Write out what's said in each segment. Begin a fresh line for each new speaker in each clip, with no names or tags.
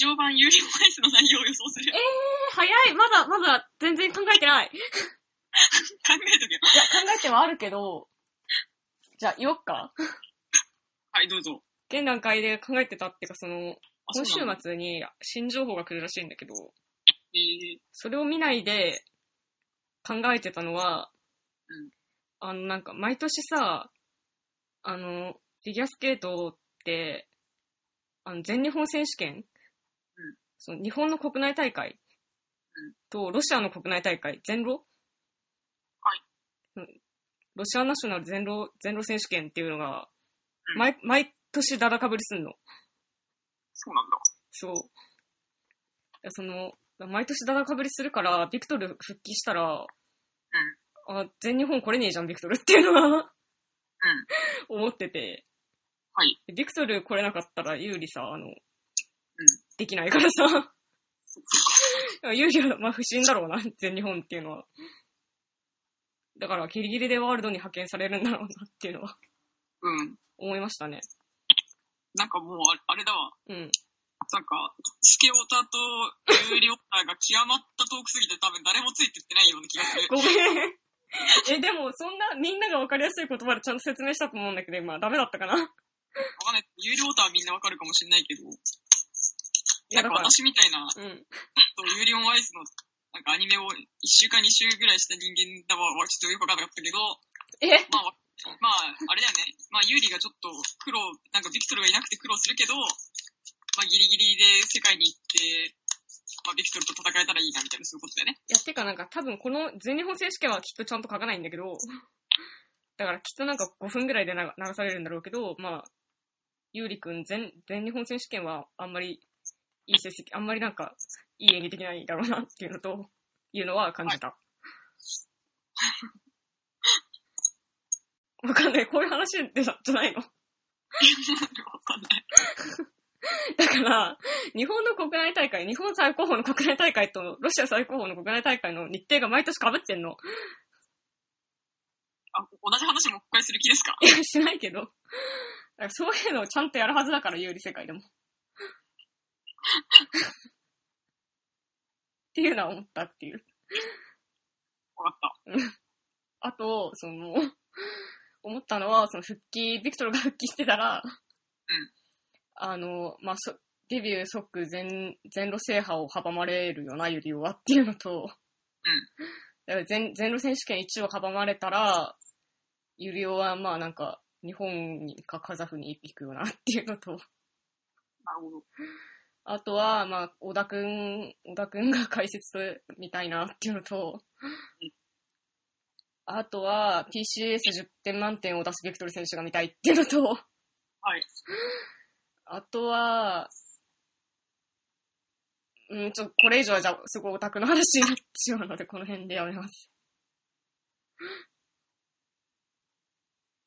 常版有料アイスの内容を予想する。
早いまだ、まだ、全然考えてない。いや、
考えとけよ。
考えてはあるけど、じゃあ、言おっか。
はい、どうぞ。
現段階で考えてたっていうか、その、
あ
今週
そうなの
末に新情報が来るらしいんだけど、
えー、
それを見ないで考えてたのは、
うん
あの、なんか、毎年さ、あの、フィギュアスケートって、あの、全日本選手権、
うん
その日本の国内大会
うん
とロシアの国内大会、全ロ
はい
うんロシアナショナル全ロ全ロ選手権っていうのが、
うん
毎毎年だだかぶりすんの。
そうなんだ。
そう。いやその、毎年だだかぶりするから、ビクトル復帰したら、あ、全日本来れねえじゃん、ビクトルっていうのは、思ってて。
はい。
ビクトル来れなかったら、有利さ、あの、できないか らさ。有利は、まあ不審だろうな、全日本っていうのは。だから、ギリギリでワールドに派遣されるんだろうなっていうのは、
うん。
思いましたね。
なんかもうあれ、あれだわ。
うん。
なんか、スケオタと有料タが極まったトークすぎて多分誰もついてってないような気がする。
ごめん。 え、でも、そんな、みんなが分かりやすい言葉でちゃんと説明したと思うんだけど、今、ダメだったかな。
わかんない。有料タはみんなわかるかもしれないけど。
や
なんか私みたいな、
うん。
ユーリオンアイスのなんかアニメを1週間2週ぐらいした人間だわ、はちょっとよくわかんなかったけど、
え
まあ、まあ、あれだよね。まあ、ユーリがちょっと苦労、なんかビクトルがいなくて苦労するけど、まあ、ギリギリで世界に行って、まあ、ビクトルと戦えたらいいな、みたいな、そういうことだよね。
いや、てかなんか、多分この全日本選手権はきっとちゃんと書かないんだけど、だからきっとなんか5分ぐらいで流流されるんだろうけど、まあ、ゆうりくん全、全日本選手権はあんまりいい成績、あんまりなんか、いい演技できないだろうなっていうのと、いうのは感じた。わかんない。こういう話でじゃじゃないの
わかんない。
だから、日本の国内大会、日本最高峰の国内大会と、ロシア最高峰の国内大会の日程が毎年被ってんの。
あ、同じ話もう一回する気ですか
いや、しないけど。だからそういうのをちゃんとやるはずだから、有利世界でも。っていうのは思ったっていう。
わかった。
あと、その、 思ったのは、その復帰、ビクトルが復帰してたら、
ん
あの、まあ、そデビュー即全、全路制覇を阻まれるよな、ユリオはっていうのと、
うん
だから全、全路選手権1を阻まれたら、ユリオはまあなんか、日本にかカザフに行くよなっていうのと、
なるほど。
あとは、まあ、小田くん、小田くんが解説みたいなっていうのと
うん、
あとは、PCS10 点満点を出すビクトル選手が見たいっていうのと、
はい。
あとは、うん、ちょっとこれ以上はじゃあ、すごいオタクの話になってしまうので、この辺でやめます。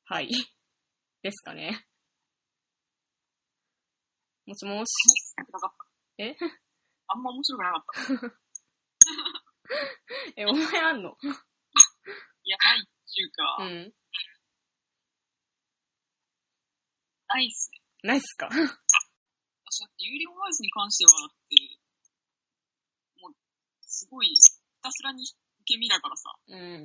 はい。ですかね。もしもし。
なかった。
え
あんま面白くなかった。
え、お前あんの
いや、ないっていう
う
か、
ん。
ないっすね。
ないっすか
私だって、有料アイスに関しては、だって、もう、すごい、ひたすらに受け身だからさ、
うん。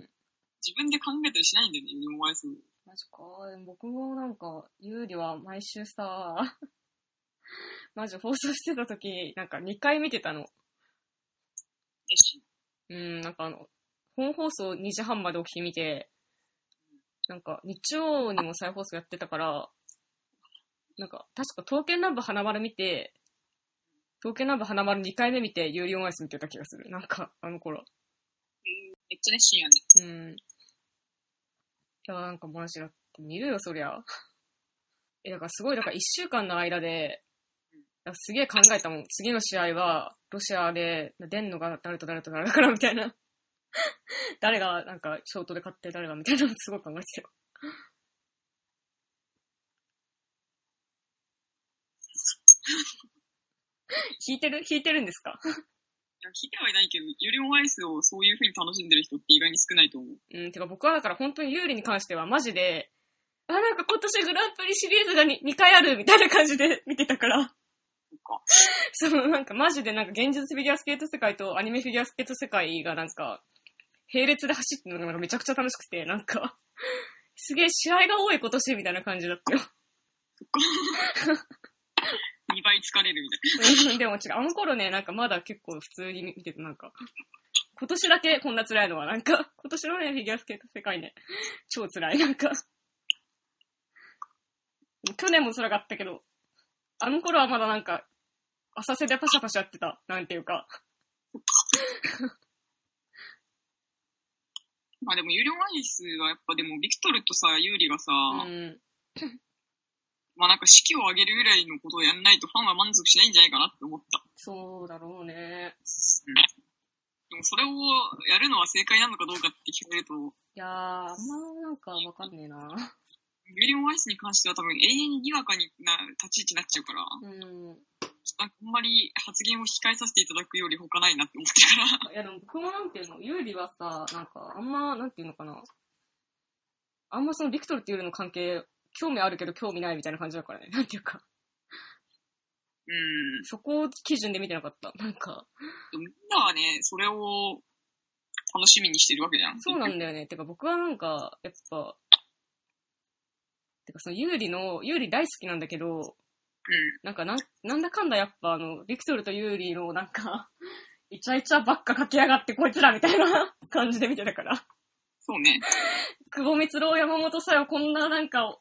自分で考えたりしないんだよね、有料アイス。
マジか。僕もなんか、ゆうりは毎週さ、 マジ放送してた時、なんか2回見てたの。
えし、
うん、なんかあの、本放送2時半まで起きてみて、なんか日曜にも再放送やってたから、なんか確か刀剣南部花丸見て、刀剣南部花丸2回目見て、有料オンアイス見てた気がする。なんか、あの頃。
めっちゃ熱心やね。
うん。いや、なんかマジだって見るよ、そりゃ。 え、だからすごい、だから一週間の間で、だからすげえ考えたもん。次の試合は、ロシアで、出んのが誰と誰と誰だからみたいな。 誰が、なんか、ショートで勝って誰がみたいなのすごい考えてたよ。弾いてる弾いてるんですか
いや、聞いてはいないけど、有料アイスをそういう風に楽しんでる人って意外に少ないと思う。
うん、てか僕はだから本当に有利に関してはマジで、あ、なんか今年グランプリシリーズが 2, 回あるみたいな感じで見てたから、
そっか。
そのなんかマジでなんか現実フィギュアスケート世界とアニメフィギュアスケート世界がなんか、並列で走ってるのがなんかめちゃくちゃ楽しくて、なんか、すげえ試合が多い今年みたいな感じだったよ。
2倍疲れるみたい
うん でも違う、あの頃ね、なんかまだ結構普通に見ててなんか、今年だけこんな辛いのはなんか、今年のね、フィギュアスケート世界ね、超辛い、なんか。去年も辛かったけど、あの頃はまだなんか、浅瀬でパシャパシャやってた、なんていうか。
な。まあでも、ユリオン・アイスはやっぱでも、ビクトルとさ、ユーリがさ、
うん。
まあなんか式を上げるぐらいのことをやんないとファンは満足しないんじゃないかなって思った。
そうだろうね。
でもそれをやるのは正解なのかどうかって聞かれると、
いやー、あんまなんかわかんねえな。
ビリオン・アイスに関しては多分永遠ににわかにな立ち位置になっちゃうから、
うん。
なんかあんまり発言を控えさせていただくより他ないなって思ってるから。
いやでも僕もなんていうの、ユーリはさ、なんか、あんま、なんていうのかな。あんまそのビクトルっていうの関係、興味あるけど興味ないみたいな感じだからね。 なんていうか、
うん。
そこを基準で見てなかった。なんか、
でもみんなはね、それを楽しみにしてるわけじゃん。
そうなんだよね。てか僕はなんか、やっぱ、てかそのユーリの、ユーリ大好きなんだけど、
う
なんかなん、なんだかんだやっぱあの、ビクトルとユーリのなんか、イチャイチャばっか書き上がってこいつらみたいな 感じで見てたから。
ん。そうね。
久保光郎山本さえはこんななんか、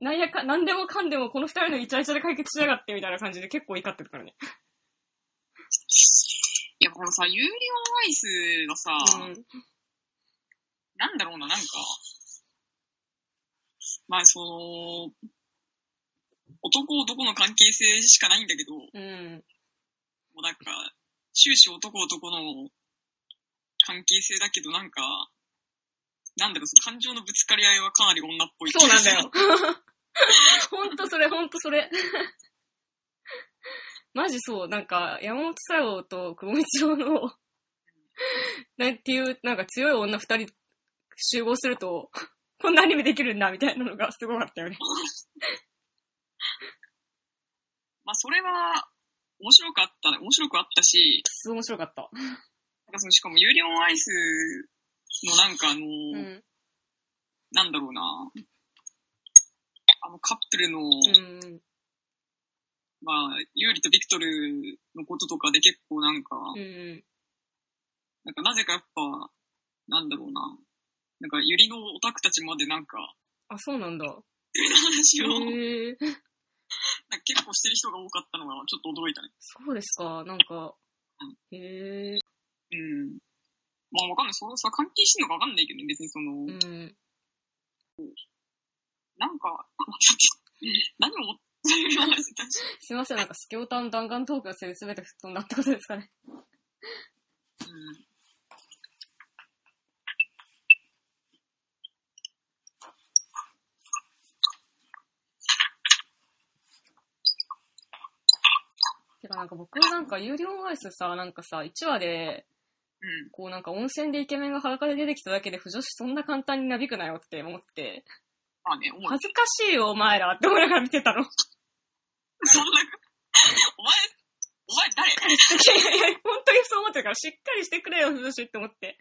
なんやか、なんでもかんでもこの二人のイチャイチャで解決しやがってみたいな感じで結構怒ってるからね。
いや、このさ、ユーリオン・アイスはさ、
うん。
なんだろうな、なんか、まあ、その、男男の関係性しかないんだけど、も
うん。
うなんか、終始男男の関係性だけど、なんか、なんだろう、その感情のぶつかり合いはかなり女っぽい。
そうなんだよ。。 ほんとそれ、ほんとそれ。 マジそう、なんか、山本さよと久保光郎の、 なんていう、なんか強い女二人集合すると、こんなアニメできるんだ、みたいなのがすごかったよね。
まあ、それは、面白かった、面白くあったし、
すごい面白かった。
なんかその、しかもユーリオン・アイスのなんかあの、
うん。
なんだろうな、あのカップルの、
うん。
まあ、ユーリとビクトルのこととかで結構なんか、
うん。
なんかなぜかやっぱ、なんだろうな。なんか、ユリのオタクたちまでなんか、
あ、そうなんだ。
ユリの話を、なんか
へえ。
結構してる人が多かったのがちょっと驚いたね。
そうですか、なんか。へ
う
え。
ん。まあわかんない。そのさ、関係してんのかわかんないけどね、別にその、
うん。
なんか、 何を思ってるのか
すいません、なんか、スキョータン弾丸トークがすべて吹っ飛んだってことですかね。
うん。
てか、なんか僕はなんか、有料アイスさ、なんかさ、1話で、
うん。
こうなんか温泉でイケメンが裸で出てきただけで、不女子そんな簡単になびくなよって思って、
まあね、思う。
恥ずかしいよ、お前らって思いながら見てたの。
そんな、 お前、お前誰
本当にそう思ってるから、しっかりしてくれよ、不女子って思って。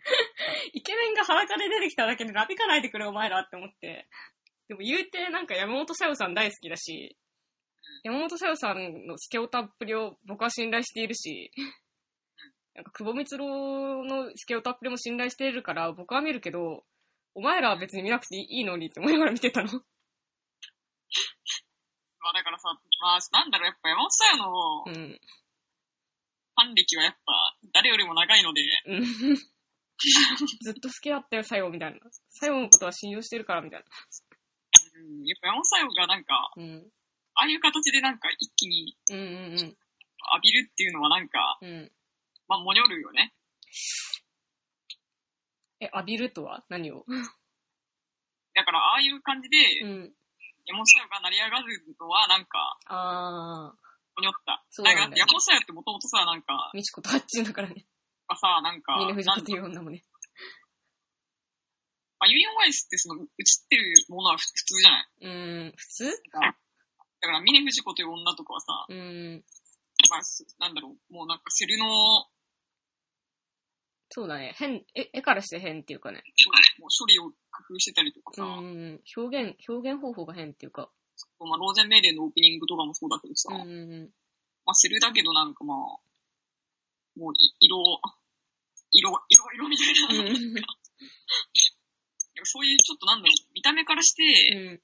イケメンが裸で出てきただけで、なびかないでくれ、お前らって思って。でも言うて、なんか山本さよさん大好きだし、山本さよさんのスケオタっぷりを僕は信頼しているし、なんか久保光郎のスケオタっぷりも信頼しているから、僕は見るけど、お前らは別に見なくていいのにって思いながら見てたの。
まあだからさ、まあ、なんだろう、やっぱ山本さんの
うん。
ファン歴はやっぱ、誰よりも長いので、
うんずっと好きだったよ、さよみたいな。さよのことは信用してるから、みたい
うん、やっぱ山本さんがなんか、
な。うん。
ああいう形でなんか一気に
うんうんうん。
浴びるっていうのはなんか、
うん。
まあ、もにょるよね。
え、浴びるとは何を
だから、ああいう感じで、
うん。
山本さよが成り上がるのはなんか、
あー、
もにょった。
そうなんだよ
かって山本さよってもともとさ、なんか、
みちことあっちゅうだからね。
さ、なんか、
みんな藤
な
子
ん
という女もね。
まあ、ユリオン・ワイスってその、映ってるものは普通じゃない。
うーん、普通
だから、峰藤子という女とかはさ、
うーん、
まあ、すなんだろう、もうなんかセルの、
そうだね。変、絵絵からして変っていうかね。
もう処理を工夫してたりとか
う
さ、
ん。表現、表現方法が変っていうか。
まあ、ローゼンメイデンのオープニングとかもそうだけどさ、
うん
ま
うん。
あ、セルだけどなんかまあ、もうい、色、色、色、色みたいな、
うん。
なんかそういうちょっとなんだろう、見た目からして、ち
う
ょ
ん。
っ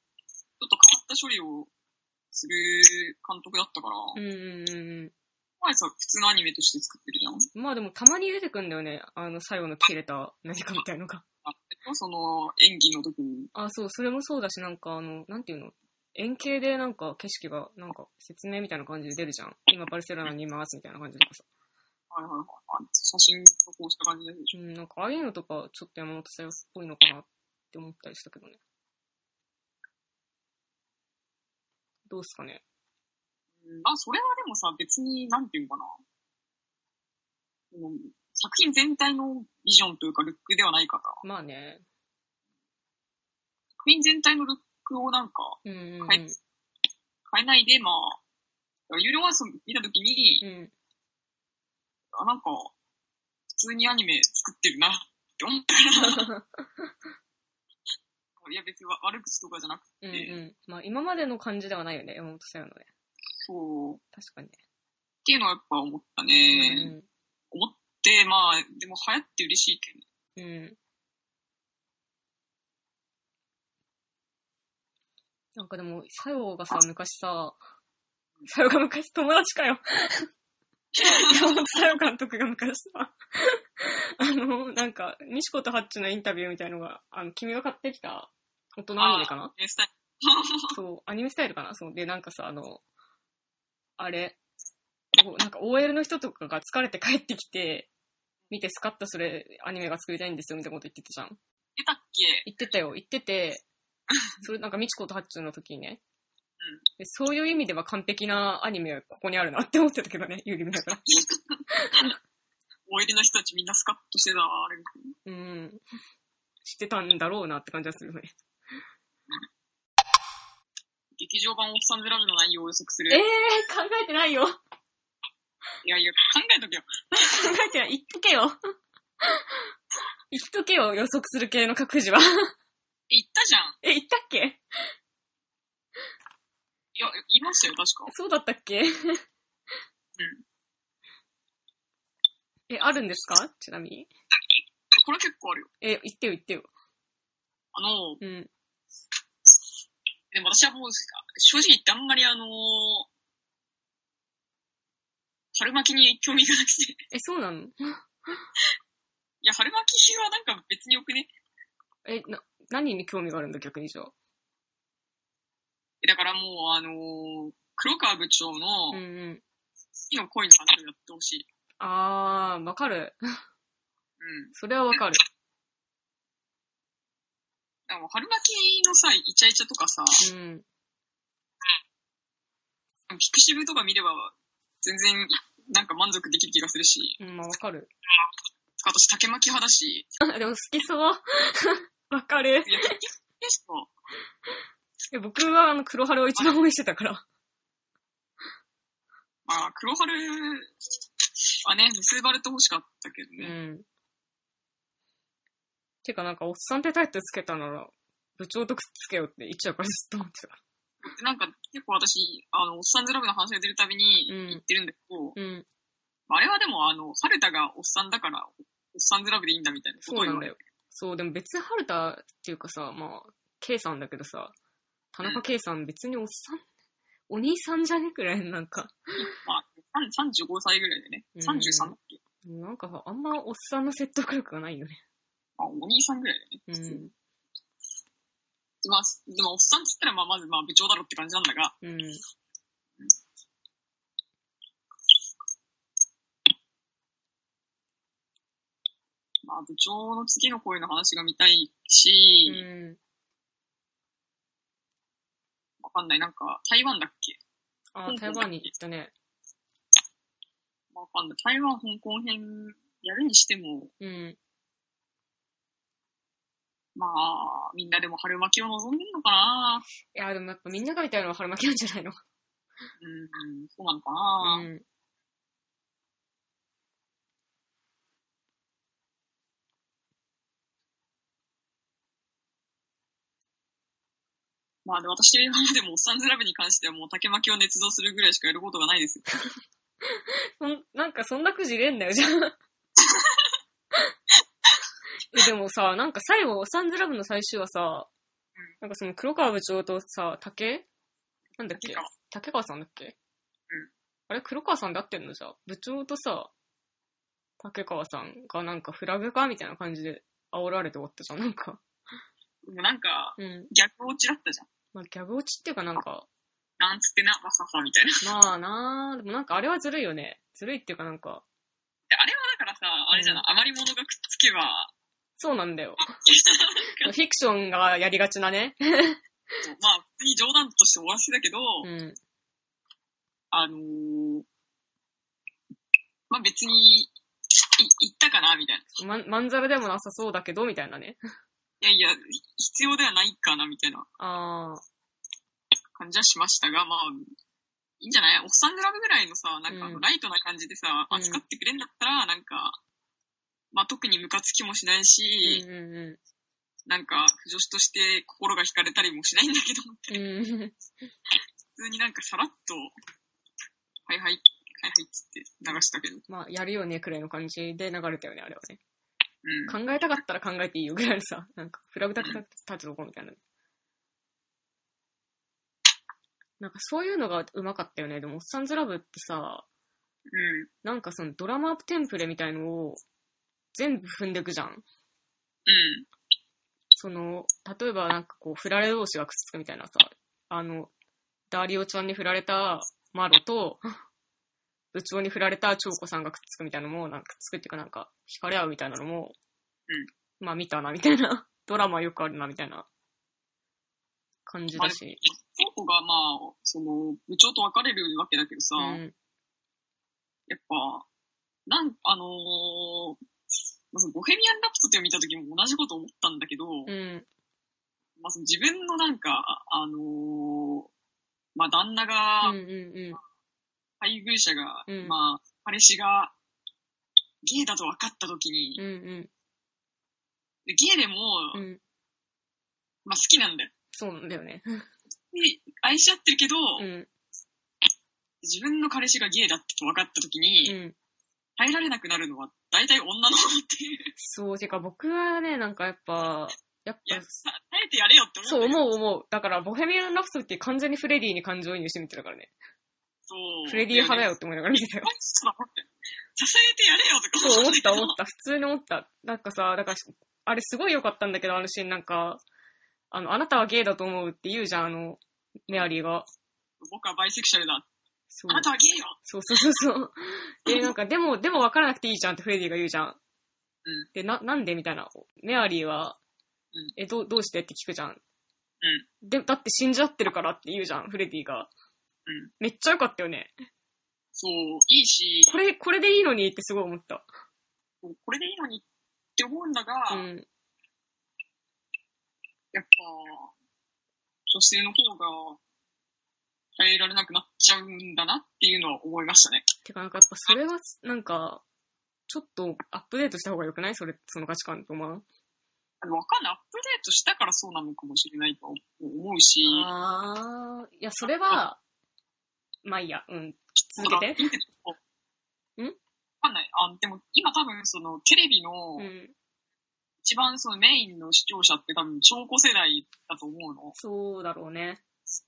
と変わった処理をする監督だったから、
うんうんうん
前さ、普通のアニメとして作ってるじゃん。
うん。まあでもたまに出てくんだよね。あの、最後の切れた何かみたいのが。
あその演技の時に、
あ、そう、それもそうだし、なんかあの、なんていうの円形でなんか景色が、なんか説明みたいな感じで出るじゃん。今バルセロナにいますみたいな感じとかさ。
はいはいはいはい、写真加工した感じのやつでし
う
ょ。
ん、なんかああいうのとか、ちょっと山本さんっぽいのかなって思ったりしたけどね。どうっすかね。
うんまあ、それはでもさ、別に、なんていうのかな。うん作品全体のビジョンというか、ルックではないから、
まあね。
作品全体のルックをなんか
うんうん、うん。
変え,、変えないで、まあ、ユーロワース見たときに、
うん。
あ、なんか、普通にアニメ作ってるなって思ったから、いや別に悪口とかじゃなくて、
うんうん。まあ今までの感じではないよね、山本さんのね。
そう、っ
確かにね。
ていうのはやっぱ思ったね。
うん
思って、まあ、でも流行って嬉しいけど、
うん。うん。なんかでも、さよがさ、昔さ、さよが昔友達かよ。山本さよ監督が昔さ、あの、なんか、西子とハッチのインタビューみたいのが、あの、君が買ってきた大人アニメかな
ね、スタイル。
そう、アニメスタイルかなそう。で、なんかさ、あの、あれ、おなんか OL の人とかが疲れて帰ってきて、見てスカッとそれアニメが作りたいんですよみたいなこと言ってたじゃん。
出たっけ
言ってたよ、言って て、それなんか美智子とハッチュの時にね。でそういう意味では完璧なアニメはここにあるなって思ってたけど ね、ユーリ見ながら。
おいでの人たちみんなスカッとしてたわ、あれ。
うん。知ってたんだろうなって感じがするよね。
劇場版オフサンズラブの内容を予測する。
えー、考えてないよ。考
いやいや、考えとけよ。
えてない。言っとけよ。 言っとけよ、予測する系の各自は。
え、言ったじゃん。
え、言ったっけ
いや、言いましたよ、確か。
そうだったっけえ、あるんですかちなみに。
これ結構あるよ。
え、言ってよ言ってよ。
あの、
うん。
でも私はもう、正直言ってあんまりあの春巻きに興味がなくて。
え、そうなの
いや、春巻きはなんか別によくね。
え、な、何に興味があるんだ逆にじゃあ。
えだからもう、あの黒川部長
うんう
の、
ん。
次の恋の話をやってほしい。
あー、わかる。
うん。
それはわかる。
あの春巻きのさ、イチャイチャとかさ、
うん。
ピクシブとか見れば、全然、なんか満足できる気がするし、
うん、まあわかる。
私竹巻き派だし、
でも好きそう。 わかる。
いや、竹巻きしか、
え僕はあの黒春を一番応援してたから。
まあ、黒春はね、結ばれてほしかったけど
う
ね。
ん。てかなんか、おっさんってタイトルつけたなら、部長とくっつけようって言っちゃうからずっと思ってた。
でなんか、結構私、あの、おっさんずラブの話が出るたびに
うん
言ってるんだけど、
うん。
まああれはでも、あの、春田がおっさんだから、おっさんずラブでいいんだみたいなこと
そ
を
うな
言
ん
わ
だ
れる
よ。。そう、でも別に春田っていうかさ、まあ、K さんだけどさ、田中 K さん別におっさん、お兄さんじゃねくらいのなんか、
まあ、さん35歳ぐらいでね、
うん
33だっけ、
なんかさあんまおっさんの説得力がない よね。
まあ、お兄さんぐらいだよね。
う
普通に
ん。
まあ、でも、おっさんっつったら、まあ、まず、まあ、部長だろって感じなんだが、
うん。
まあ、部長の次の恋の話が見たいし、
うん。
わかんない、なんか、台湾だっけ
あー、台湾に行ったね。
わかんない。台湾、香港編、やるにしても、
うん。
まあ、みんなでも春巻きを望んでるのかない
や、でもやっぱみんなが見たいのは春巻きなんじゃないの
うん、そうなのかな、
うん。
まあで私は今までもおっさんずラブに関してはもう竹巻きを捏造するぐらいしかやることがないですよ。
そんなんかそんなくじれんだよ、 じゃあ。えでもさ、なんか最後、サンズラブの最終はさ、なんかその黒川部長とさ、竹なんだっけ
竹川
竹川さんだっけあれ黒川さんで合ってんのじゃあ。部長とさ、竹川さんがなんかフラグかみたいな感じで煽られて終わったじゃん、なんか。
でもなんか、
うん。
逆落ちだったじゃん。
まあギャグ落ちっていうかなんか、
なんつってな、わささみたいな。
まあなあでもなんかあれはずるいよね。ずるいっていうかなんか、
であれはだからさ、あれじゃない、余り物がくっつけば、
そうなんだよ。フィクションがやりがちなね。
まあ、普通に冗談として終わらせだけど、
うん。
あのー、まあ別に、い、言ったかなみたいな。
ま、まんざらでもなさそうだけど、みたいなね。
いやいや、必要ではないかなみたいな
ああ、
感じはしましたが、まあ、いいんじゃないおっさんグラブぐらいのさ、なんかあ
う
の
ん
ライトな感じでさ、
うん
扱ってくれんだったら、なんか、まあ特にムカつきもしないし、
うんう
なんか、不女子として心が惹かれたりもしないんだけど、
んうん。うん。
普通になんかさらっと、はいはい、はいはいっつって流したけど。
まあ、やるよね、くらいの感じで流れたよね、あれはね。
うん。
考えたかったら考えていいよ、ぐらいのさ。 なんか、フラグ立て立つとこみたいな。なんか、そういうのがうまかったよね。でも、おっさんずラブってさ、
うん。
なんかそのドラマテンプレみたいのを全部踏んでくじゃん。
うん。
その、例えばなんかこう、振られ同士がくっつくみたいなさ、あの、ダーリオちゃんに振られたマロと、部長に振られたチョウコさんがくっつくみたいなのも、なんかくっつくっていうかなんか、惹かれ合うみたいなのも、まあ見たな、みたいな。 ドラマよくあるな、みたいな感じだし。
京子がまあ、その、部長と別れるわけだけどさ、
うん。
やっぱ、なん、あのーまあそのボヘミアン・ラプソディを見た時も同じこと思ったんだけど、
うん。
まあその自分のなんか、あのーまあ旦那
うん
が、
うん
配偶者が、
うん
まあ、彼氏が、ゲイだと分かった時に、
うん。うん
でゲイでも、
うん。うん。
まあ好きなんだよ。
そうなんだよね。
で愛し合ってるけど、
うん。
自分の彼氏がゲイだって分かった時
う
に、
ん。
耐えられなくなるのは大体女の子っていう。
そう、てか僕はね、なんかやっぱ、やっ
いや、
ぱ
さ耐えてやれよ って
そ
思
う、
うんだけど。
思う思う。だから、ボヘミアン・ラプソディって完全にフレディに感情移入してみてたからね。
そう。
フレディ派だ
よね。
よって思いながら見てたよ。
そうだって支えてやれよとか
そう、思った思っ。
った
普通に思った。なんかさ、だから、あれすごい良かったんだけど、あのシーンなんか、あの、あなたはゲイだと思うって言うじゃん、あの、メアリーが。
僕はバイセクシャルだ。
そ
あ
う
な。たはゲイよ。
そうそうそうそう。で、なんか、でも、でも分からなくていいじゃんってフレディが言うじゃん。
うん
で、な、なんでみたいな。メアリーは、
うん
え、どう、どうしてって聞くじゃん。で、だって死んじゃってるからって言うじゃん、フレディが。
うん
めっちゃ良かったよね。
そう、いいし、
これ、これでいいのにってすごい思った。
これでいいのにって思うんだが、
うん。
やっぱ、女性の方が耐えられなくなっちゃうんだなっていうのは思いましたね。
てか、なんかやっぱそれは、なんか、ちょっとアップデートした方が良くないそれ、その価値観と思わん
あのわかんない。アップデートしたからそうなのかもしれないと思うし、
あー、いや、それは、まあいいや、うん。続けて。
うんんわかんない。あ、でも今多分そのテレビの
うん。
一番そのメインの視聴者って多分超高世代だと思うの。
そうだろうね。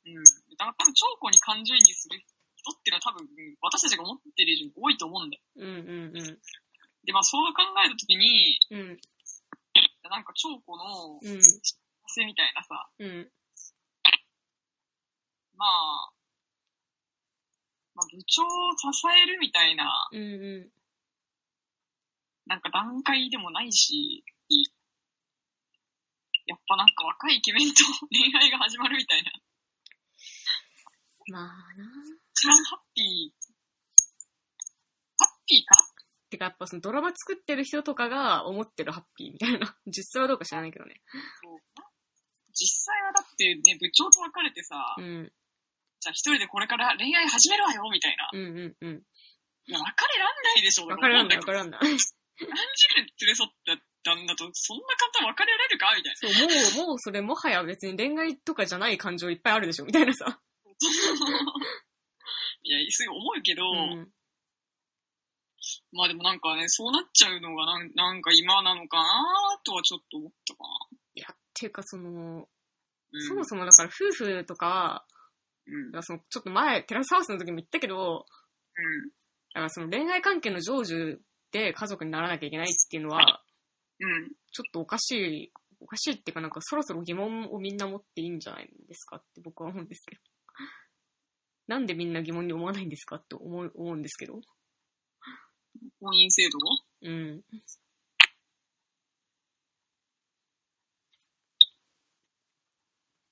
うん。だから多分、長考に感情移入する人っていうのは多分、私たちが思ってる以上に多いと思うんだよ。
うんうん
で、まあそう考えたときに、
うん。うん。
なんか長考の
うん。
せみたいなさ、
うん。
まあ、まあ部長を支えるみたいな、
うんう
なんか段階でもないし、やっぱなんか若いイケメンと恋愛が始まるみたいな、
ん。まあな。
一番ハッピー、ハッピーか
てか、やっぱそのドラマ作ってる人とかが思ってるハッピーみたいな。実際はどうか知らないけどね。
そう実際はだってね、部長と別れてさ、
うん。
じゃあ一人でこれから恋愛始めるわよ、みたいな。
うんうんうん。
いや、別れらんないでしょ、
わからんないわ
だ
からんない。
何時間連れ添った旦那とそんな簡単に別れられるかみたいな。
そう、もう、もうそれもはや別に恋愛とかじゃない感情いっぱいあるでしょみたいなさ。
いや、すごい思うけど、
うん。
まあでもなんかね、そうなっちゃうのがなんなんか今なのかなとはちょっと思ったかな。
いや、っていうかその、
うん、
そも
そ
そもだから夫婦とか、
うん。
だからそのちょっと前、テラスハウスの時も言ったけど、だからその恋愛関係の成就で家族にならなきゃいけないっていうのは、
うん。うん。
ちょっとおかしい、おかしいっていうかなんかそろそろ疑問をみんな持っていいんじゃないんですかって僕は思うんですけど。なんでみんな疑問に思わないんですかって思う思うんですけど。
婚姻制度
うん。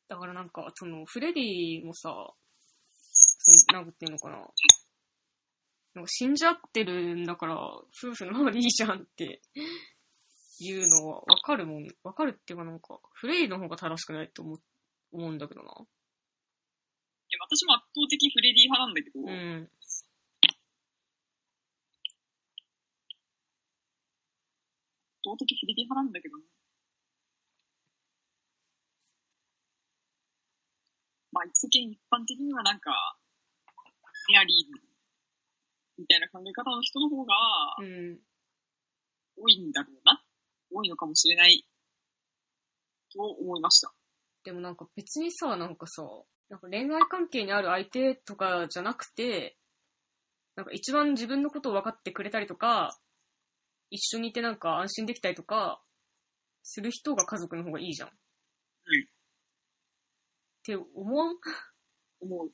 だからなんか、その、フレディもさ、そのなんていうのかな。なんか死んじゃってるんだから、夫婦のままでいいじゃんっていうのはわかるもん、わかるっていうかなんか、フレディの方が正しくないと思う思うんだけどな。
いや、私も圧倒的フレディ派なんだけど、
うん。
圧倒的フレディ派なんだけどね。まあ、世間一般的にはなんか、メアリーみたいな考え方の人の方が
うん。
多いんだろうな。多いのかもしれない。と思いました。
でもなんか別にさ、なんかさ、なんか恋愛関係にある相手とかじゃなくて、なんか一番自分のことを分かってくれたりとか、一緒にいてなんか安心できたりとか、する人が家族の方がいいじゃん。うんって思う
思う。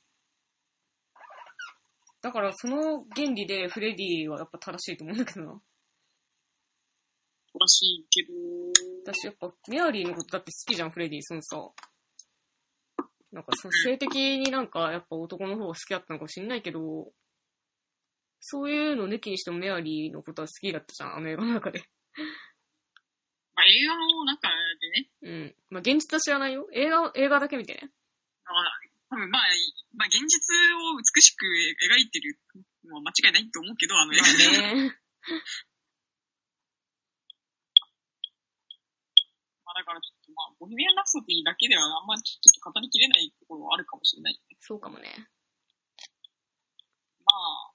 だからその原理でフレディはやっぱ正しいと思うんだけどな。
らしいけど、
私やっぱメアリーのことだって好きじゃん、フレディ、そのさ。なんかその性的になんかやっぱ男の方が好きだったのかもしんないけど、そういうの抜きにしてもメアリーのことは好きだったじゃん、あの映画の中で。
まあ、映画の中でね、
うん。まあ、現実は知らないよ。映画、映画だけ見 てね。
まあ、多分まあ、いまあ、現実を美しく描いてるのは間違いないと思うけど、あの映画ね。
ね。
まあだからちょっとまあ、ボヘミアン・ラプソディだけではあんまちょっと語りきれないところはあるかもしれない。
そうかもね。
まあ、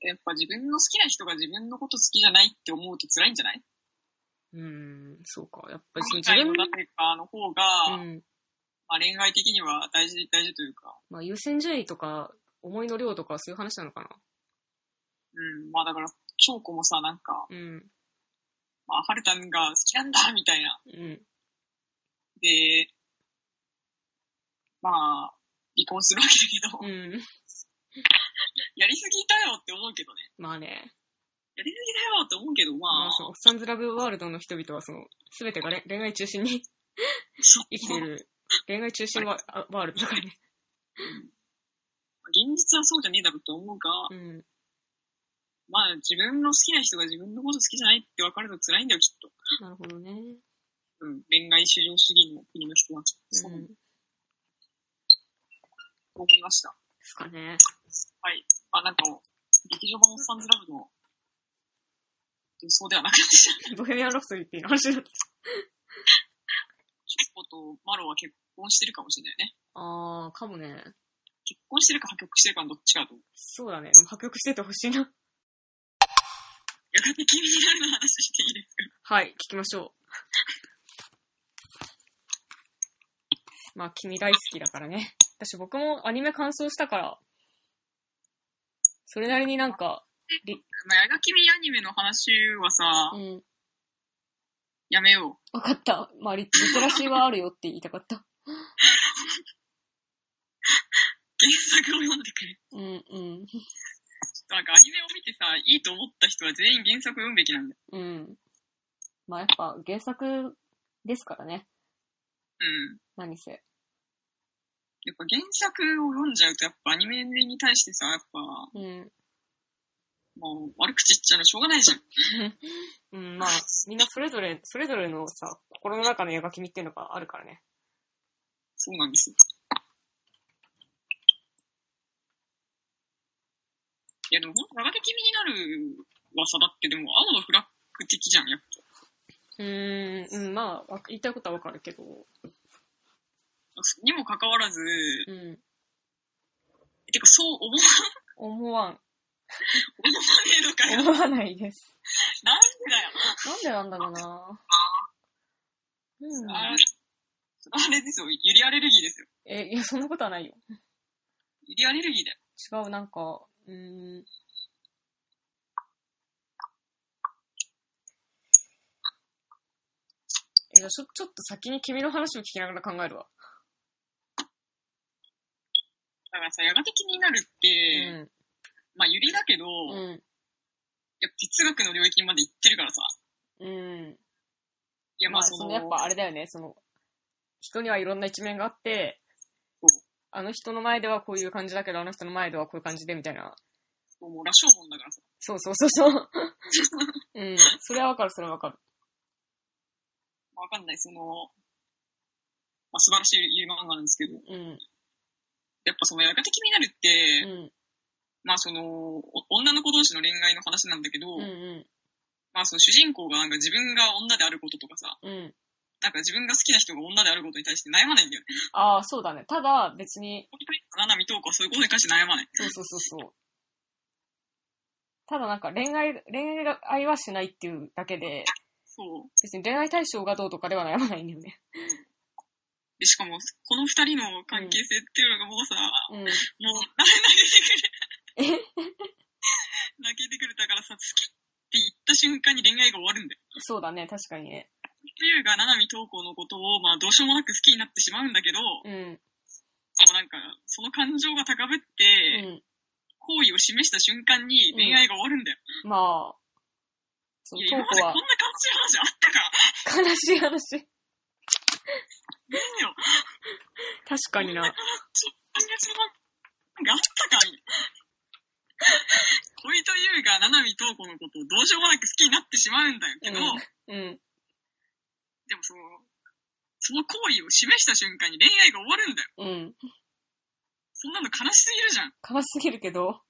やっぱ自分の好きな人が自分のこと好きじゃないって思うと辛いんじゃない
うん、そうか。やっぱりその
今回
自分
の誰かの方が、
うん。
まあ、恋愛的には大事、大事というか、
まあ、優先順位とか、思いの量とかそういう話なのかな。
うん、まあだから、翔子もさ、なんか、
うん。
まあ、はるたんが好きなんだ、みたいな。
うん。
で、まあ、離婚するわけだけど、
うん。
やりすぎだよって思うけどね。
まあね。
やりすぎだよって思うけど、
ま
まあ
あ、、その、オッサンズラブワールドの人々は、その、すべてがれ恋愛中心に
そう
生きている、 恋愛中心ワあワールドだからね。
現実はそうじゃねえだろうと思うが、
うん。
まあ、自分の好きな人が自分のこと好きじゃないって分かると辛いんだよ、きっと。
なるほどね。
うん、恋愛至上主義の国の人は。そうう、
ん。で
思いました。
すかね。
はい。まあ、なんか、劇場版オッサンズラブの、そうではなくなってしまった。
ボヘミアン・ラプソディっていう話だった。
キョコとマロは結婚してるかもしれないね。
あー、かもね。
結婚してるか破局してるかのどっちかと。
そうだね。でも破局しててほしいな。
やがて気になるの話していいですか
はい、聞きましょ う。まあ、君大好きだからね。私僕もアニメ完走したから、それなりになんか、
まあ、やがきみアニメの話はさ、
うん、
やめよう。
わかった。まあ、リリテラシーはあるよって言いたかった。
原作を読んでくれ。
うん、うん。
なんかアニメを見てさ、いいと思った人は全員原作読むべきなんだよ。
うん。まあやっぱ原作ですからね。
うん。
何せ。
やっぱ原作を読んじゃうと、やっぱアニメに対してさ、やっぱ、
うん。
もう悪口言っちゃうのしょうがないじゃん。
うん、まあ、みんなそれぞれ、それぞれのさ、心の中の描きみっていうのがあるからね。
そうなんですよ。いやでもほんと、やがて君になる噂だって、でも青のフラッグ的じゃん、やっぱ。
うーん、うん、まあ、わ言いたいことはわかるけど、
にもかかわらず、
うん、
てかそう思わ
思わん、
ねえのかよ。
思わないです。
なんでだよ。
なんでなんだろうなうん。
ああれですよ、ゆりアレルギーですよ。
え、いや、そんなことはないよ。
ゆりアレルギーだよ。
違う、なんか、うーん。えじゃあちょ、ちょっと先に君の話を聞きながら考えるわ。
だからさ、やがて君になるって、まあゆりだけど、
うん。う
いや哲学の領域まで行ってるからさ。
ん。うん。
いや、ま
まあ、
あ
そ
そ
の
の、
やっぱあれだよね、その、人にはいろんな一面があって
そう、
あの人の前ではこういう感じだけど、あの人の前ではこういう感じで、みたいな。
もう羅生門だからさ。
そうそうそう そう。うん。それはわかる、それはわかる。
まあわかんない、その、まあ素晴らしい漫画なんですけど、
うん。
やっぱそのやがて君になるって、
うん。
まあその、お女の子同士の恋愛の話なんだけど、
うん。う
まあその主人公がなんか自分が女であることとかさ、
ん。うん。
なんか自分が好きな人が女であることに対して悩まないんだよね。
ああ、そうだね。ただ、別に、
七海東子はそういうことに関して悩まない。
そうそうそうそう。ただなんか恋愛、恋愛はしないっていうだけで、
そう。
別に恋愛対象がどうとかでは悩まないんだよね。
で、しかも、この二人の関係性っていうのがもうさ、
うん。
もう、泣けてく
え
る。泣けてくる。だからさ、好きって言った瞬間に恋愛が終わるんだよ。
そうだね、確かにね。
ゆうが七海東子のことを、まあ、どうしようもなく好きになってしまうんだけど、
うん。う
でもなんか、その感情が高ぶって、
ん。
好意を示した瞬間に恋愛が終わるんだよ。
まあ、そう、
い
ト
や、今
ー
ま
コ
でこん
は
な悲しい話あったか
悲しい話。
ねえよ。
確かにな。
ちょっとそんな話があったかい恋と優が七海東子のことをどうしようもなく好きになってしまうんだよけど、
うん。
でもその、その行為を示した瞬間に恋愛が終わるんだよ。
うん。
そんなの悲しすぎるじゃん。
悲しすぎるけど、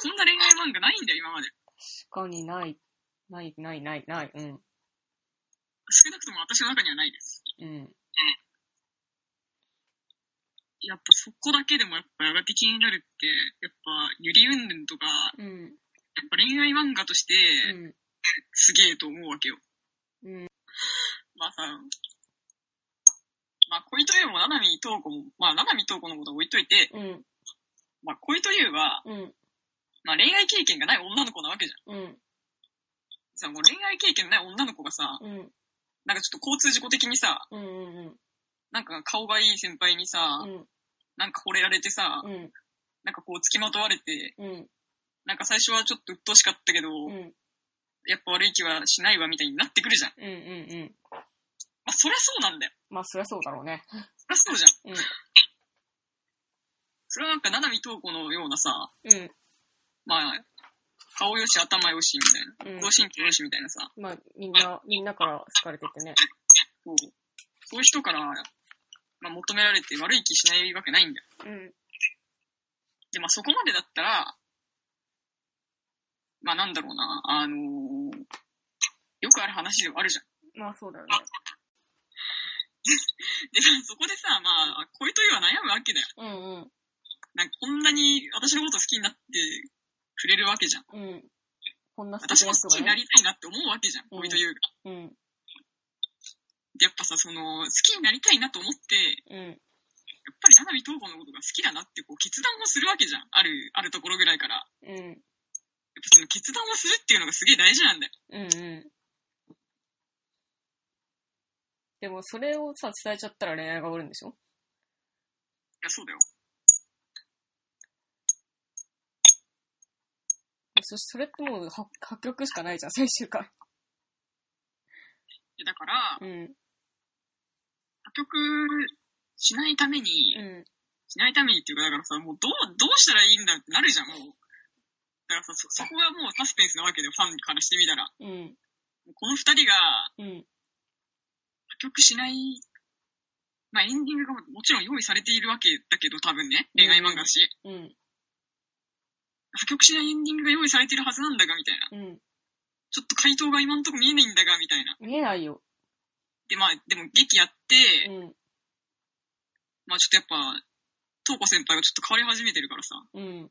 そんな恋愛漫画ないんだよ、今まで。
確かにない。ない、ない、ない、ない。うん。
少なくとも私の中にはないです。
うん。
やっぱそこだけでもやっぱやがて気になるって、やっぱゆりうんぬんとか、
うん。
やっぱ恋愛漫画として
うん。
すげえと思うわけよ。
うん。
まあさ、まあ恋と優も七海東子も、まあ七海東子のことは置いといて、
うん。
まあ恋と優は、
うん。
まあ恋愛経験がない女の子なわけじゃん。
うん。
さ、もう恋愛経験のない女の子がさ、
うん。
なんかちょっと交通事故的にさ、
うん。うん。
なんか顔がいい先輩にさ、
うん。
なんか惚れられてさ、
うん。
なんかこう付きまとわれて、
うん。
なんか最初はちょっと鬱陶しかったけど、
うん。うん。
やっぱ悪い気はしないわみたいになってくるじゃん。
うん。うん。
まあそりゃそうなんだよ。
まあ、そりゃそうだろうね。
そりゃそうじゃん。
うん。
それはなんか七海東子のようなさ、
うん。
まあ、顔よし頭よしみたいな、
うん
高身長よしみたいなさ、
まあ、みんな、みんなから好かれててね。
そうそういう人から、まあ、求められて悪い気しないわけないんだよ。
うん。
で、まあそこまでだったら、まあなんだろうな、あのーよくある話ではあるじゃん。
まあ、そうだよ
で、そこでさ、まあ、恋というは悩むわけだよ。
ね。
なんかこんなに私のこと好きになってくれるわけじゃん。
うんうん。うん。こんな素
私
敵な
も
人
好きに
が
な
ね。
りたいなって思うわけじゃん、
うん
恋というが。
うん。
でやっぱさ、その、好きになりたいなと思って、
う
や
ん。
っぱり花火東子のことが好きだなってこう決断をするわけじゃん。ある、あるところぐらいから。やっ
うん。
ぱその決断をするっていうのがすげえ大事なんだよ。
うんうん。でも、それをさ、伝えちゃったら恋愛が終わるんでしょ
いや、そうだよ。
そそれってもう破破局しかないじゃん、最終回。
いやだから、
うん。
破局しないために、
うん。
しないためにっていうか、だからさ、もうどう、どうしたらいいんだってなるじゃん、もう。だからさ、そ、そこがもうサスペンスなわけで、ファンからしてみたら。
うん。
この二人が
うん。
破局しない、まあエンディングがももちろん用意されているわけだけど、多分ね、恋愛漫画だし。
うん。
破局しないエンディングが用意されてるはずなんだが、みたいな。
うん。
ちょっと回答が今んとこ見えないんだが、みたいな。
見えないよ。
で、まあ、でも劇やって、
うん。
まあちょっとやっぱ、東子先輩がちょっと変わり始めてるからさ。
うん。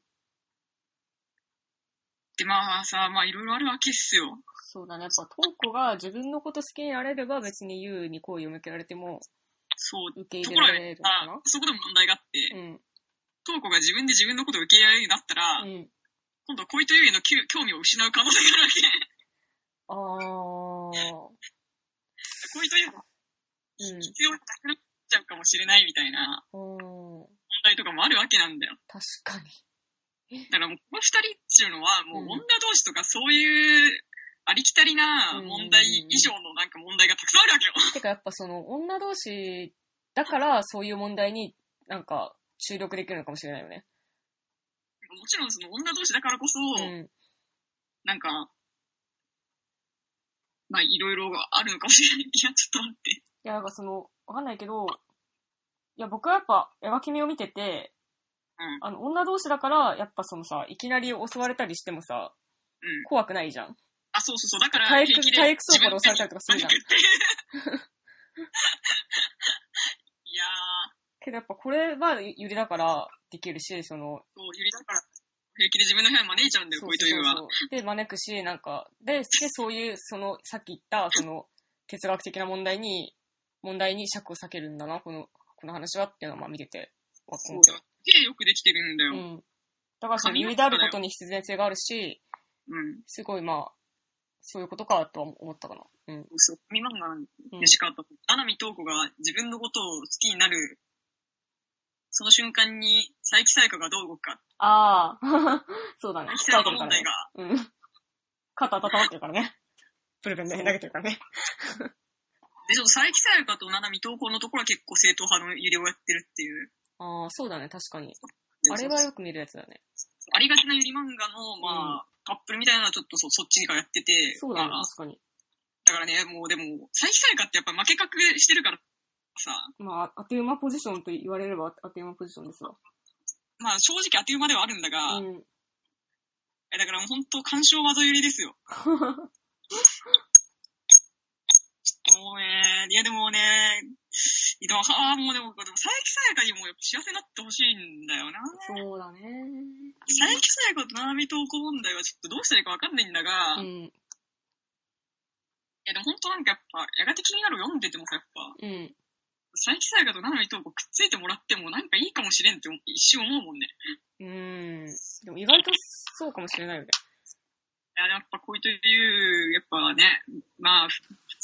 で、まあさ、まあいろいろあるわけっすよ。
そうだね。やっぱ、トーコが自分のこと好きになれれば別に優に好意を向けられても
そう。
受け
と
入
ころ
れら
が
れ
ね
るのか
あ
な、
そこでも問題があって、
うん。
東子が自分で自分のことを受け入れられるようになったら、
うん。
今度は恋と優へのきゅ興味を失う可能性があるわけ。
あー。
恋と優
うん
必要なくなっちゃうかもしれないみたいな
うん。
問題とかもあるわけなんだよ。
確かに。
だからもうこの二人っていうのは、もう
うん
女同士とかそういうありきたりな問題以上のなんか問題がたくさんあるわけよ。
てかやっぱその女同士だからそういう問題になんか注力できるのかもしれないよね。
もちろんその女同士だからこそ、
うん。
なんか、まあいろいろあるのかもしれない。いや、ちょっと待って。
いやなんかその、わかんないけど、いや僕はやっぱ、エワキミを見てて、
うん
あの、女同士だから、やっぱそのさ、いきなり襲われたりしてもさ、
うん。
怖くないじゃん。
あ、そうそうそう。だから、
体育
平気、で
体育倉庫で襲われたりとかする
自
じゃ
分で。パ
ん
ニックっていやー、
けどやっぱこれはゆりだからできるし、その、
そう、ゆりだから、平気で自分の部屋に招いちゃうんだよ、
そう
こういうと
そう
いう
そう
は。
そう。で、招くし、なんか、で、で、そういう、その、さっき言った、その、哲学的な問題に、問題に尺を避けるんだな、この、この話はっていうのは、まあ見てて、わ
そう
思っ
だ
た
よ。すげえよくできてるんだ
う
よ。
ん。だから、その、
神
ゆ
が
りであることに必然性があるし、
うん。
すごい、まあ、そういうことか、とは思ったかな。うん。
そう、見漫画
うん
でしかあった。穴見東子が自分のことを好きになる、その瞬間に、佐伯彩香がどう動くか。
ああ、 そうだね。
佐
控え
伯
て
彩香問
るからね
題。が、
うん。肩温まってるからね。ブルペンで投げてるからね。
で、ちょっと佐伯彩香と七海東子のところは結構正統派の揺れをやってるっていう。
ああ、そうだね、確かに。あれはよく見るやつだね。
ありがちなゆり漫画の、まあ、カップルみたいなのはちょっとそそっちがやってて。
そうだね、
まあ
確かに。
だからね、もうでも、佐伯彩香ってやっぱ負け格してるからさ、
まあ、当て馬ポジションと言われれば当て馬ポジションですわ。
まあ正直当て馬ではあるんだが、
うん。
えだからもう本当、干渉技寄りです よ。もうね、いやでもね、いやああ、もうでも、でも佐伯さやかにもやっぱ幸せになってほしいんだよな。
そうだね。
佐伯さやかと並び投稿問題はちょっとどうしたらいいかわかんないんだが、
う
い
ん。
やでも本当なんかやっぱ、やがて気になるを読んでてもさ、やっぱ、
うん。
佐伯さやかと並び投稿くっついてもらってもなんかいいかもしれんって一瞬思うもんね。
うん。でも意外とそうかもしれないよね。
いや、やっぱこういうという、やっぱね、まあ、ふ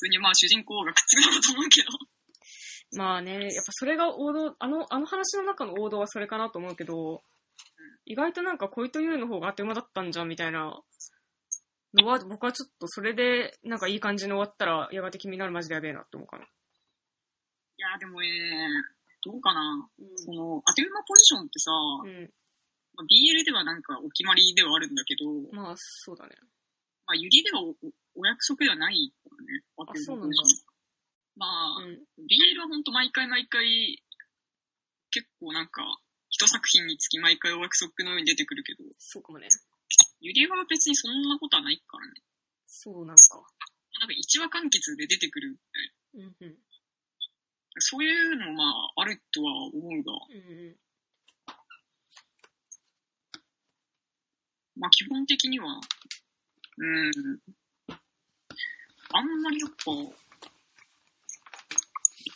普通にまあ主人公がくっつくのだと思うけど、
まあね、やっぱそれが王道、あの、あの話の中の王道はそれかなと思うけど、意外となんか恋と優の方が当て馬だったんじゃんみたいなのは、僕はちょっとそれで、なんかいい感じに終わったら、やがて君になるマジでやべえなって思うかな。
いや、でもね、どうかな。その、当て馬ポジションってさ、
う
まあ、
ん。
BL ではなんかお決まりではあるんだけど、
まあ、そうだね。
まあ、ゆりではおおお約束ではないからね、当て馬ポジション。まあ、BL はほんと毎回毎回、結構なんか、一作品につき毎回お約束のように出てくるけど、
そうかもね。
ゆりは別にそんなことはないからね。
そうなんか。
なんか一話完結で出てくるみたいな
うんうん。
そういうのまあ、あるとは思うが、
うんうん。
まあ基本的には、うん。あんまりやっぱ、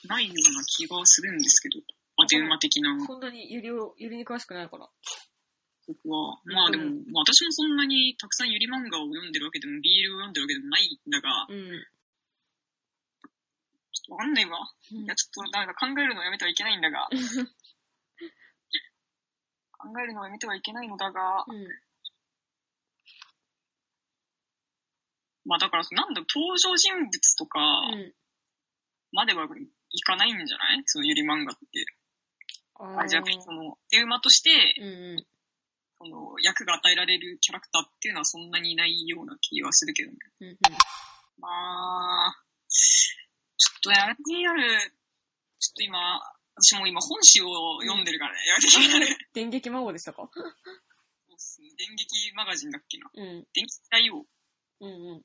ないような気がするんですけど、当て馬的な
そんなにゆりを、ゆりに詳しくないから。
僕は。まあでも、まあ私もそんなにたくさんゆり漫画を読んでるわけでも、ビールを読んでるわけでもないんだが、
うん。
ちょっとわかんないわ。いや、ちょっとなんか考えるのをやめてはいけないんだが、考えるのをやめてはいけないのだが、
うん。
まあだから、なんだろう、登場人物とか
うん。
まではいかないんじゃないそのゆり漫画って。
あ
あじゃなくて、その、テーマとして、
うんうん。
その、役が与えられるキャラクターっていうのはそんなにいないような気はするけどね。
うんうん。
まあ、ちょっとやがてになる、ちょっと今、私もう今本誌を読んでるからね、やがてになる。
電撃魔王でしたか
そうっすね電撃マガジンだっけな。
うん。
電撃大王。
うんうん。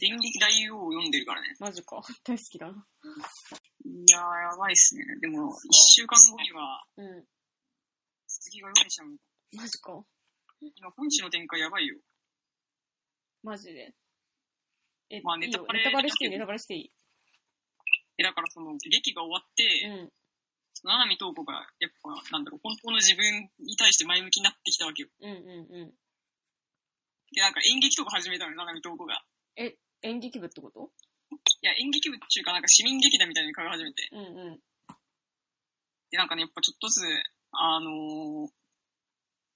電撃大王を読んでるからね。
マジか。大好きだな。
いやー、やばいっすね。でも、一週間後には、
うん。
次が読めちゃう。
マジか。
今、本誌の展開やばいよ。
マジで。え、
まあ
いい
ネタ
よ
バレ
ネタバレしていい、ネタバレしていい。
え、だからその、劇が終わって、
うん。
その七海東子が、やっぱ、なんだろう、本当の自分に対して前向きになってきたわけよ。
うんうんうん。
で、なんか演劇とか始めたのよ、七海東子が。
演劇部ってこと
いや、演劇部っていうか、なんか市民劇団みたいに書き始めて。
うんうん。
で、なんかね、やっぱちょっとずつ、あのー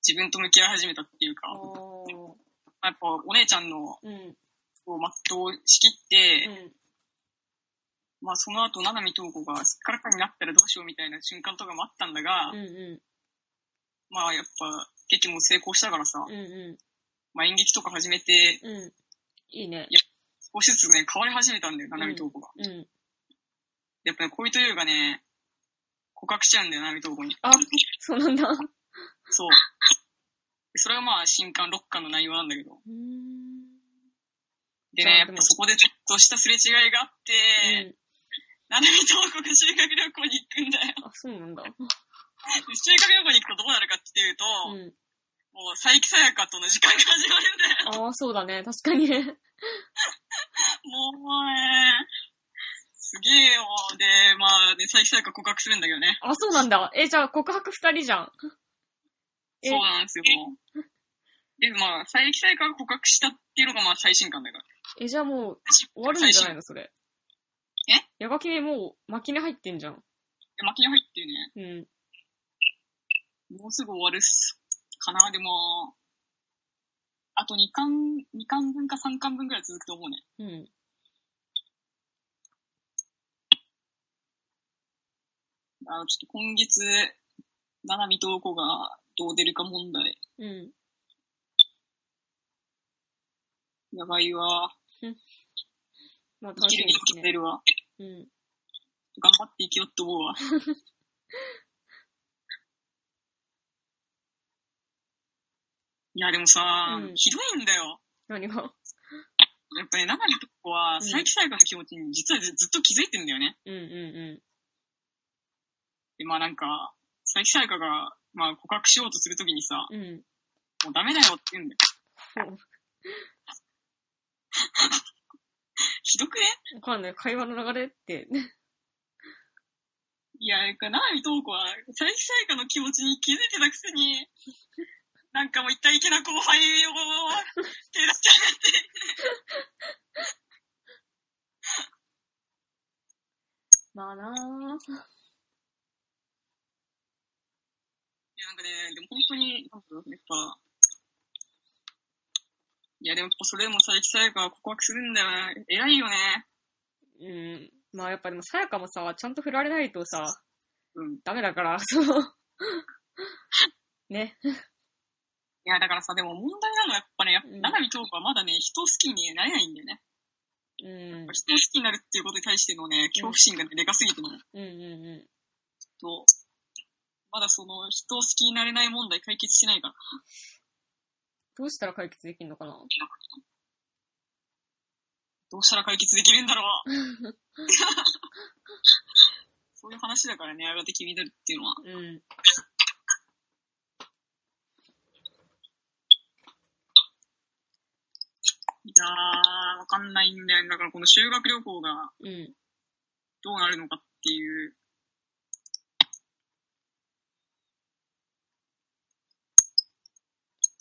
自分と向き合い始めたっていうか、
おー。
まあやっぱお姉ちゃんの
うん。
を全うしきって、
うん。
まあその後、七海東子がすっからかになったらどうしようみたいな瞬間とかもあったんだが、
うんう
まあやっぱ劇も成功したからさ、
ん。うんう
まあ演劇とか始めて、
ん。うん。いいね。
少しずつね、変わり始めたんだよ、七海東子が。
うん。
やっぱね、恋というがね、告白しちゃうんだよ、七海東子に。
あ、そうなんだ。う
そう。でそれはまあ新刊6巻の内容なんだけど、
ーん。
で
じゃあ
ね、やっ
で
ぱ
も
そこでちょっとしたすれ違いがあって、
うん。
ななみとこが修学旅行に行くんだよ。
あ、そうなんだ。
で修学旅行に行くとどうなるかっていうと、
うん。
もう佐伯さやかとの時間が始まるんだよ。
ああ、そうだね。確かにね。
もうね、すげえよ。で、まあ、ね、佐伯さやか告白するんだけどね。
あ、そうなんだ。え、じゃあ告白二人じゃん。え
そうなんですよ。で、まあ、佐伯さやかが告白したっていうのがまあ最新刊だから。
え、じゃあもう終わるんじゃないのそれ。
え
ヤバキネもう、巻きネ入ってんじゃん。
巻きに入ってるね。
うん。
もうすぐ終わるっす。かな、でも、あと2巻、二巻分か3巻分くらい続くと思うね。
うん。
あの、ちょっと今月、ななみとこがどう出るか問題。
うん。
やばいわ。
まあ
生
楽
き
し
る
みで
生
す
き
ね
て。るわ。
うん。
頑張って生きようって 思うわ。いや、でもさ、
うん
ひどいんだよ。
何が
やっぱね、ななみとこは、
ん
佐伯最後の気持ちに実はずずっと気づいてんだよね。
うんう
で、まあなんか、佐伯最後が、まあ告白しようとするときにさ、
んうん。うん。
もうダメだよって言うんだよ。
そう
ひどくね
わかんない。会話の流れって。
いや、なんか、なみとうこは、最近最下の気持ちに気づいてたくせに、なんかもう一体いけな後輩を、手出しちゃって。
まあな
い
ぁ。
や、なんかね、でも本当に、なんだろう、やっぱ、いや、でもやっぱそれでも最近最下は告白するんだよな。偉いよね。
うん。まあやっぱでも、さやかもさ、ちゃんと振られないとさ、
うん。い
ダメだから、その、ね。
や、だからさ、でも問題なのはやっぱね、やっぱ
うん
なみとうこはまだね、人を好きになれないんだよね。
うん。うん
人を好きになるっていうことに対してのね、恐怖心がね、でかすぎてね、
うんう
と、まだその、人を好きになれない問題解決してないから。
ん。どうしたら解決できるのかな
どうしたら解決できるんだろ うそういう話だからね、やがて気になるっていうのは。
うん。
いやー、わかんないんだよね。だからこの修学旅行が
うん。
どうなるのかっていう。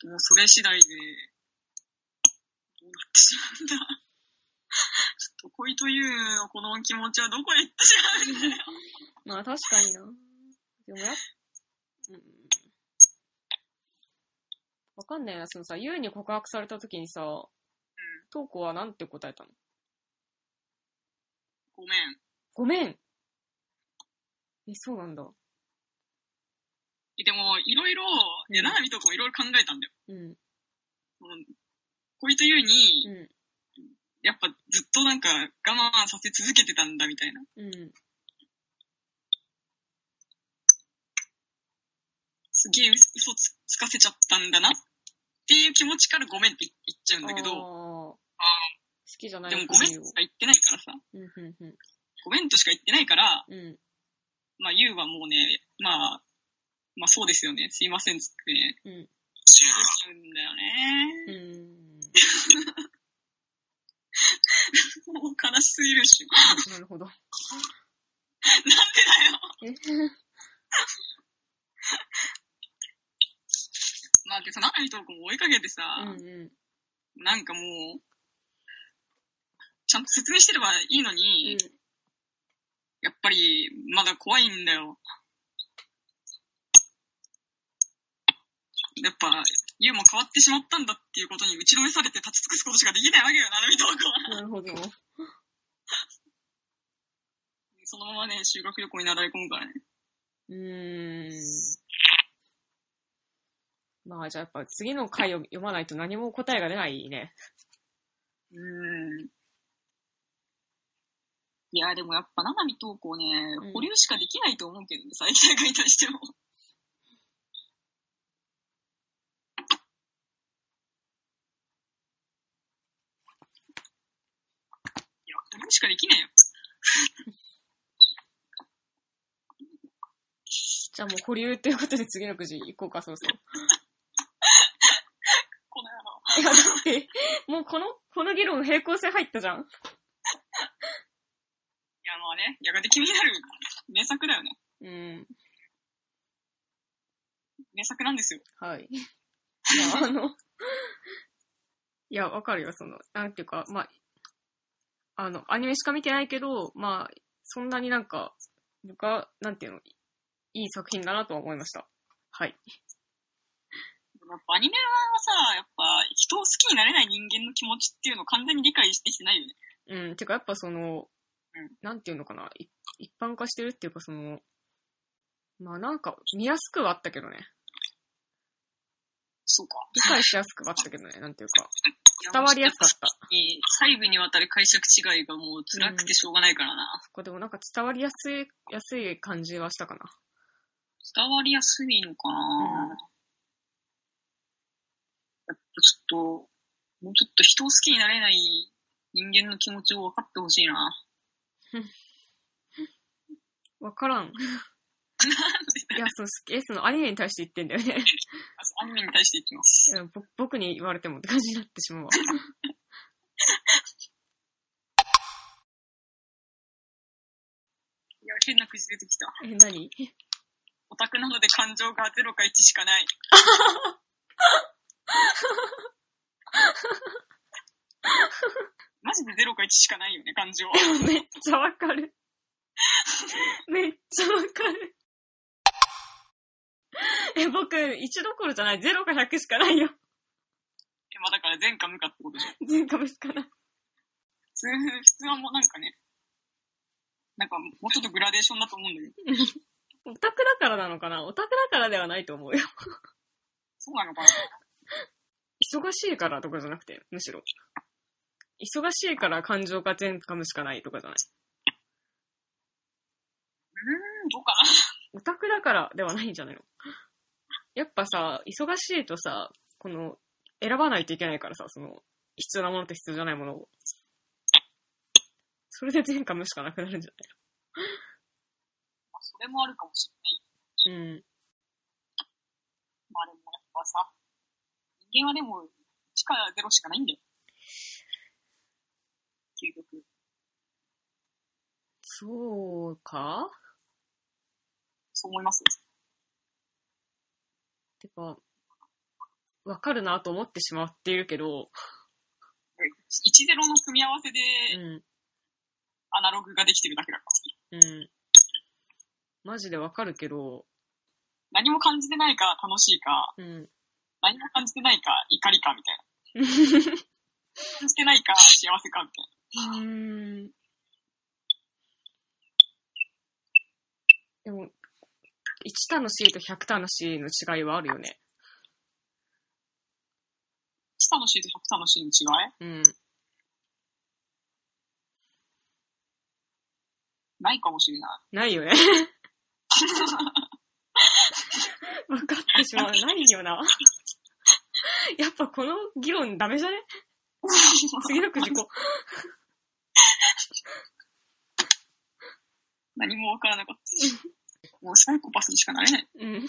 もうそれ次第で、どうなってしまうんだ。ちょっと恋というのこの気持ちはどこへ行ってしまうんだよ。
まあ確かにな。でもやっ、うん。わかんないな、そのさ、ユウに告白された時にさ、トーコはなんて答えたの
ごめん。
ごめんえ、そうなんだ。
でも、いろいろ、
う
で、
ん
ななみとこもいろいろ考えたんだよ。
うん。
この恋というに、
う
やっぱずっとなんか我慢させ続けてたんだみたいな。
ん。うん。
すすげえ嘘つつかせちゃったんだなっていう気持ちからごめんって言っちゃうんだけど、あ
好
あ
きじゃな
ー
い
でもごめんとしか言ってないからさ、
うんうんう
ごめんとしか言ってないから、
ん。うん。
まあ、ゆうはもうね、まあ、まあそうですよね、すいませんっつってね、
う
終
ん
了しちゃうんだよね。
うん。
もう悲しすぎるし。
なるほど。
なんでだよ。
え
まあ、で、その中にとも追いかけてさ、
うんう
なんかもう、ちゃんと説明してればいいの
ん。
に、やっぱり、まだ怖いんだよ。やっぱ、ユウも変わってしまったんだっていうことに打ちのめされて立ち尽くすことしかできないわけよ、七海トークは。
なるほど。
そのままね、修学旅行になだれ込むからね。
うーん。まあ、じゃあやっぱ次の回を読まないと何も答えが出ないね。
うーん。いや、でもやっぱ、七海東子ね
うん、
保留しかできないと思うけどね、最大会に対しても。いや、保留しかできないよ。
じゃあもう保留ということで次のくじ行こうか、そうそう。
この野郎。
いや、だって、もうこの、この議論平行線入ったじゃん。
いや、まあね、やがて気になる名作だよね。
うん。
名作なんですよ。
はい。いや、あの、いや、わかるよ、その、なんていうか、まあ、あの、アニメしか見てないけど、まあ、そんなになんか、僕は、なんていうの、いい作品だなとは思いました。はい。
でもやっぱアニメはさ、やっぱ人を好きになれない人間の気持ちっていうのを完全に理解してきてないよね。
うん、てかやっぱその、
うん
なんていうのかな、い一般化してるっていうかその、まあなんか見やすくはあったけどね。
そうか。
理解しやすくはあったけど ね、なんていうか。伝わりやすかった。
に細部にわたる解釈違いがもう辛くてしょうがないからな。
そこでもなんか伝わりやすい、やすい感じはしたかな。
伝わりやすいのかな、
う
や
ん
っぱちょっと、もうちょっと人を好きになれない人間の気持ちを分かってほしいな。
わから ん。いや、そう、すえ、そのアニメに対して言ってんだよね。
アニメに対していきます。
うんぼ僕に言われてもって感じになってしまうわ。
いや、変なくじ出てきた。
え、何
オタクなので感情が0か1しかない。マジで0か1しかないよね、感情。
めっちゃわかる。 めっちゃわかる。え、僕、1どころじゃない。0か100しかないよ。
えまあだから前科無かってことでしょ。
全株しかない。
普通、普通はもうなんかね、なんかもうちょっとグラデーションだと思うんだけど、
オタクだからなのかなオタクだからではないと思うよ。
そうなのかな
忙しいからとかじゃなくて、むしろ。忙しいから感情が全株しかないとかじゃない。
うーん、どうかな
オタクだからではないんじゃないの やっぱさ、忙しいとさ、この、選ばないといけないからさ、その、必要なものと必要じゃないものを。それで全科無しかなくなるんじゃ
まあそれもあるかもしれない。
ないうん。
まあでもやっぱさ、人間はでも1から0しかないんだよ。究極。
そうか
そう思います。
てか、わかるなと思ってしまっているけど、
1-0の組み合わせで
うん、
アナログができてるだけだから。
うん。マジでわかるけど、
何も感じてないか楽しいか、
うん。
何も感じてないか怒りかみたいな。 感じてないか幸せかみたいな。
うん。でも、1楽しいと100楽しいの違いはあるよね。
1楽しいと100楽しいの違い
うん。
ないかもしれない。
ないよね。分かってしまう。ないよな。やっぱこの議論ダメじゃね 次のくじこ。
何もわからなかった。もうサイコパスにしかなれない。
うん。